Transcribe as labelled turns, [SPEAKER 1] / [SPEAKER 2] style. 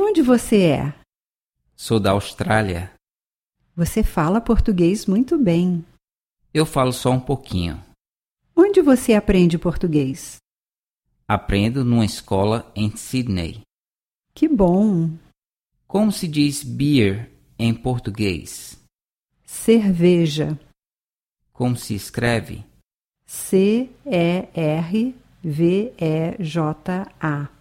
[SPEAKER 1] onde você é?
[SPEAKER 2] Sou da Austrália.
[SPEAKER 1] Você fala português muito bem.
[SPEAKER 2] Eu falo só um pouquinho.
[SPEAKER 1] Onde você aprende português?
[SPEAKER 2] Aprendo numa escola em Sydney.
[SPEAKER 1] Que bom!
[SPEAKER 2] Como se diz beer em português?
[SPEAKER 1] Cerveja.
[SPEAKER 2] Como se escreve?
[SPEAKER 1] C-E-R-V-E-J-A.